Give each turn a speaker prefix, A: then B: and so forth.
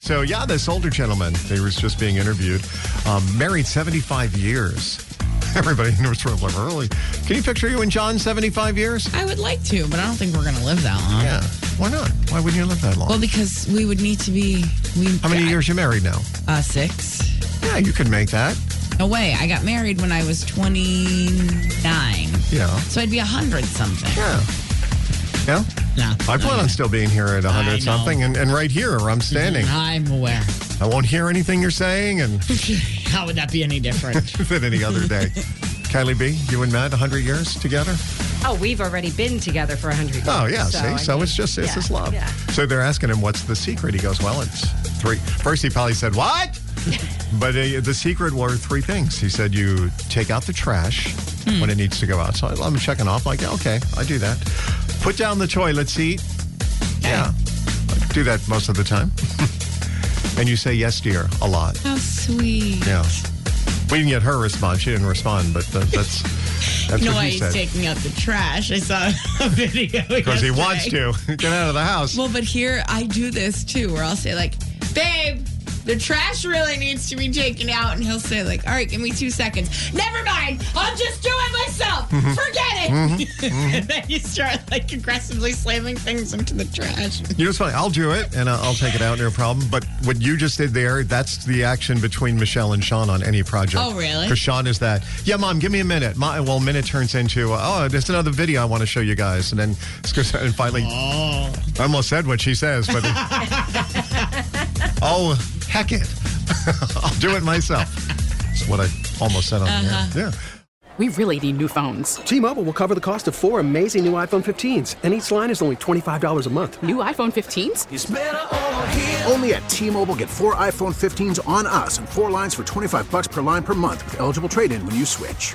A: So, yeah, this older gentleman, he was just being interviewed, um, married 75 years. Everybody knows from like, early. Can you picture you and John 75 years?
B: I would like to, but I don't think we're going to live that long.
A: Yeah. Why not? Why wouldn't you live that long?
B: Well, because we would need to be. We,
A: How many
B: I-
A: years you married now?
B: Uh, six.
A: Yeah, you could make that.
B: No way. I got married when I was 29.
A: Yeah.
B: So I'd be 100 something.
A: Yeah. Yeah.
B: No.
A: I plan on still being here at 100
B: I know. Mm-hmm.
A: something and, and right here where I'm standing.
B: I'm aware.
A: I won't hear anything you're saying and
B: How would that be any different?
A: than any other day. Kylie B, you and Matt, 100 years together?
C: Oh, we've already been together for 100 years.
A: Oh, yeah. see,
C: I
A: so
C: mean,
A: it's just, it's
C: yeah,
A: his love.
C: yeah.
A: So they're asking him, what's the secret? He goes, well, it's three. First, he probably said, what? but uh, the secret were three things. He said, you take out the trash when it needs to go out. So I- I'm checking off, like, okay, I do that. Put down the toilet seat. Yeah. I do that most of the time. and you say, yes, dear, a lot.
B: How sweet.
A: Yeah. We didn't get her response. She didn't respond, but that, that's that's
B: You know
A: what
B: why
A: he
B: he's
A: said.
B: taking out the trash? I saw a video.
A: because he wants to get out of the house.
B: Well, but here I do this too, where I'll say like, "Babe, the trash really needs to be taken out," and he'll say like, "All right, give me two seconds." Never mind, I'll just do it myself. Forget it. and then you start like aggressively slamming things into the trash.
A: you know, it's funny. I'll do it, and I'll, I'll take it out, no problem. But what you just did there—that's the action between Michelle and Sean on any project.
B: Oh, really?
A: Because Sean is that. Yeah, mom, give me a minute. My, well, minute turns into oh, there's another video I want to show you guys, and then and finally, I almost said what she says, but oh, heck it, I'll do it myself. That's what I almost said on
B: Uh-huh.
A: the air. Yeah.
D: We really need new phones.
E: T-Mobile will cover the cost of four amazing new iPhone 15s, and each line is only $25 a month.
D: New iPhone 15s?
F: Only at T-Mobile, get four iPhone 15s on us and four lines for 25 bucks per line per month with eligible trade-in when you switch.